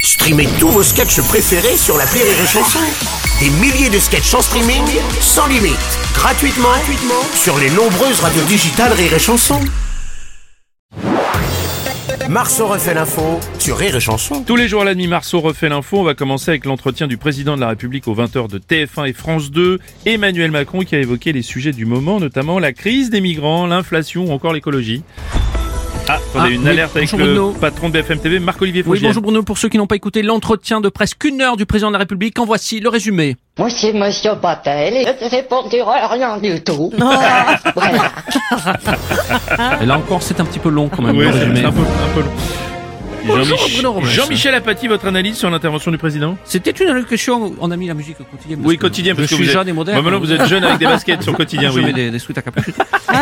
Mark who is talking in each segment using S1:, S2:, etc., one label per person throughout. S1: Streamez tous vos sketchs préférés sur la Rire et Chanson. Des milliers de sketchs en streaming, sans limite, gratuitement, gratuitement sur les nombreuses radios digitales Rire et Chanson. Marceau refait l'info sur Rire et Chanson.
S2: Tous les jours à la nuit, Marceau refait l'info. On va commencer avec l'entretien du président de la République aux 20h de TF1 et France 2, Emmanuel Macron, qui a évoqué les sujets du moment, notamment la crise des migrants, l'inflation ou encore l'écologie. Ah, attendez,
S3: Ah,
S2: une
S3: oui,
S2: alerte avec
S3: bonjour
S2: le
S3: Bruno.
S2: patron de BFM TV, Marc-Olivier
S3: Oui,
S2: Fogiel.
S3: bonjour Bruno. Pour ceux qui n'ont pas écouté l'entretien de presque une heure du président de la République, en voici le résumé.
S4: Voici Monsieur Patel, et je ne pour dire rien du tout. Voilà.
S2: Ah.
S3: Et là encore, c'est un petit peu long quand même.
S2: Ouais,
S3: le
S2: c'est
S3: résumé.
S2: un peu, un peu long.
S3: Bonjour,
S2: Jean-Mich-
S3: Bruno Robles.
S2: Jean-Michel Apathy, votre analyse sur l'intervention du président
S3: C'était une allocution. où On a mis la musique au quotidien. parce
S2: Oui,
S3: que
S2: quotidien,
S3: Je
S2: parce que
S3: suis
S2: vous
S3: jeune
S2: êtes...
S3: et moderne.
S2: Bah, maintenant, vous êtes jeune avec des baskets sur quotidien,
S3: Je
S2: oui.
S3: mets des, des sweats à capuche.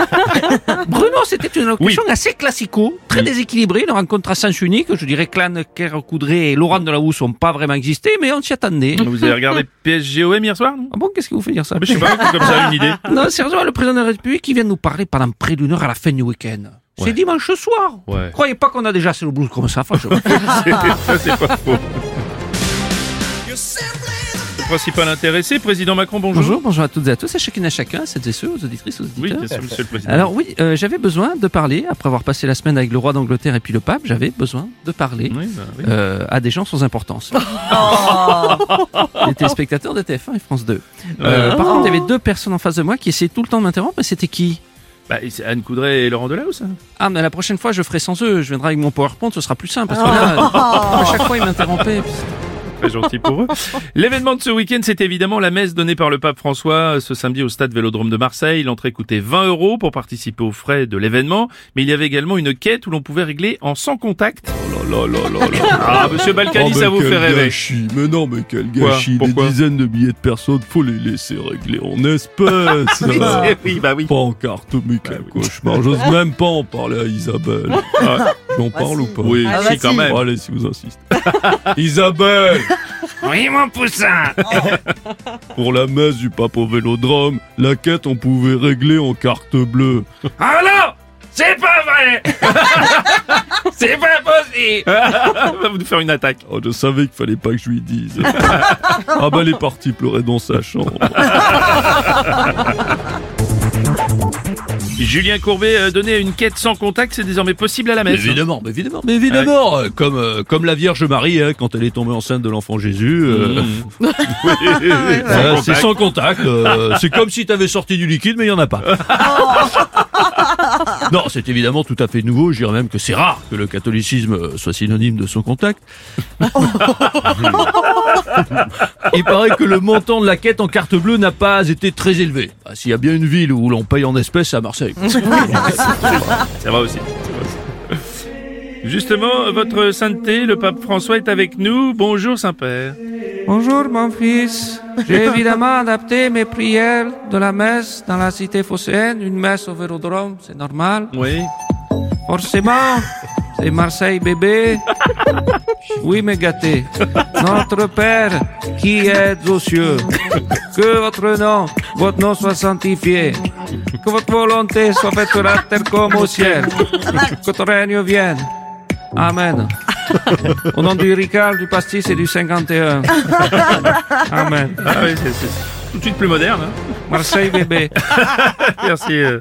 S3: Bruno, c'était une allocution assez classico, très
S2: Oui.
S3: déséquilibrée, une rencontre à sens unique. Je dirais que Clan, Coudray et Laurent Delahousse n'ont pas vraiment existé, mais on s'y attendait.
S2: Vous avez regardé PSGOM hier soir, non
S3: Ah bon, qu'est-ce qui vous fait dire ça
S2: Mais Je sais pas, comme ça, une idée.
S3: Non, sérieusement, le président de la République, il vient de nous parler pendant près d'une heure à la fin du week-end.
S2: Ouais.
S3: C'est dimanche soir.
S2: Ouais.
S3: Croyez pas qu'on a déjà assez le blues comme ça, franchement.
S2: Ça, c'est pas faux. Le principal intéressé, président Macron, bonjour.
S3: bonjour, bonjour à toutes et à tous, à chacune et à chacun, à celles et ceux, aux auditrices, aux
S2: Oui,
S3: auditeurs.
S2: bien sûr, monsieur le président.
S3: Alors oui, euh, j'avais besoin de parler, après avoir passé la semaine avec le roi d'Angleterre et puis le pape, j'avais besoin de parler
S2: Oui, bah, oui.
S3: euh, à des gens sans importance. Oh. Les téléspectateurs de TF1 et France 2. Euh, Par contre, il y avait deux personnes en face de moi qui essayaient tout le temps de m'interrompre, mais c'était qui
S2: Bah, c'est Anne Coudray et Laurent Delahousse. hein. ça
S3: Ah, mais la prochaine fois, je ferai sans eux, je viendrai avec mon PowerPoint, ce sera plus simple, parce que là, euh, à chaque fois, ils m'interrompaient. puis
S2: Très gentil pour eux. L'événement de ce week-end, c'est évidemment la messe donnée par le pape François euh, ce samedi au stade Vélodrome de Marseille. L'entrée coûtait 20 euros pour participer aux frais de l'événement, mais il y avait également une quête où l'on pouvait régler en sans contact.
S5: Oh là là là là.
S2: Ah, monsieur Balkany,
S5: Oh, mais
S2: ça vous
S5: quel
S2: fait rêver.
S5: gâchis. Mais non, mais quel
S2: Quoi
S5: gâchis.
S2: Pourquoi
S5: Des dizaines de billets de personnes, faut les laisser régler en espèces.
S2: Eh oui, bah oui.
S5: Pas en carte, mais
S2: Bah
S5: quel cauchemar. J'ose même pas en parler à Isabelle.
S2: Ah,
S5: J'en parle ou pas
S2: oui,
S6: Ah,
S2: si,
S6: vas-y.
S2: quand même.
S5: Bon, allez, si vous insistez. Isabelle
S3: Oui, mon poussin
S5: Pour la messe du pape au vélodrome, la quête, on pouvait régler en carte bleue.
S3: Ah non C'est pas vrai C'est pas possible
S2: Ah, va vous faire une attaque.
S5: Oh, je savais qu'il fallait pas que je lui dise. ah bah, elle est partie pleurer dans sa chambre.
S2: Julien Courbet euh, donnait une quête sans contact, c'est désormais possible à la messe.
S5: Évidemment, mais évidemment, mais
S2: Ah
S5: évidemment, euh, comme euh, comme la Vierge Marie hein, quand elle est tombée enceinte de l'enfant Jésus, euh,
S2: Ah,
S5: euh, c'est sans contact. euh, c'est comme si t'avais sorti du liquide, mais il y en a pas. Non, c'est évidemment tout à fait nouveau. Je dirais même que c'est rare que le catholicisme euh, soit synonyme de son contact. Il paraît que le montant de la quête en carte bleue n'a pas été très élevé. Ah, S'il y a bien une ville où l'on paye en espèces, c'est à Marseille.
S2: Ça va aussi. ça va aussi. Justement, votre sainteté, le pape François est avec nous. Bonjour Saint-Père.
S3: Bonjour, mon fils. J'ai évidemment adapté mes prières de la messe dans la cité phocéenne, une messe au Vélodrome, c'est normal.
S2: Oui.
S3: Forcément, c'est Marseille bébé. Oui, mais gâté. Notre Père qui est aux cieux, que votre nom, votre nom soit sanctifié, que votre volonté soit faite sur la terre comme au ciel, que ton règne vienne. Amen. Au nom du Ricard, du Pastis et du 51. Amen.
S2: Ah oui, c'est c'est tout de suite plus moderne. hein.
S3: Marseille bébé.
S2: Merci, euh,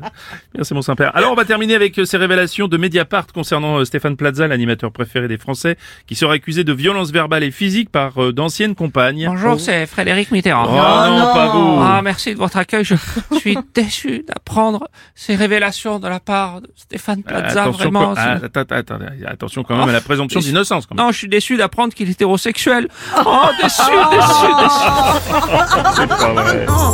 S2: merci mon Saint-Père. Alors on va terminer avec euh, ces révélations de Mediapart concernant euh, Stéphane Plaza, l'animateur préféré des Français, qui serait accusé de violence verbale et physique par euh, d'anciennes compagnes.
S3: Bonjour, c'est Frédéric Mitterrand.
S2: Oh, non, pas vous.
S3: Ah, merci de votre accueil. Je suis déçu d'apprendre ces révélations de la part de Stéphane Plaza.
S2: attention,
S3: vraiment. Ah.
S2: quand- ah, attends, attends, attends, attention quand même à la présomption d'innocence. quand même.
S3: Non, je suis déçu d'apprendre qu'il est hétérosexuel. Oh, déçu, déçu, déçu. Ah.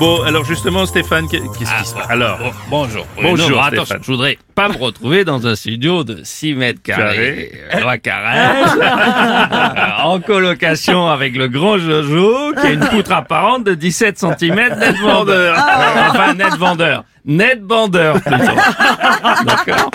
S2: Bon, alors justement, Stéphane, qu'est- qu'est-ce
S5: Ah.
S2: qui se passe Alors,
S7: Oh, bonjour.
S2: Bonjour,
S7: Bruno.
S2: Stéphane.
S7: attention, je voudrais pas me retrouver dans un studio de 6 mètres carrés. euh, Loi Carrère. Euh, en colocation avec le grand Jojo, qui a une poutre apparente de 17 cm, net vendeur. Euh, Enfin, net vendeur. Net vendeur, plutôt. D'accord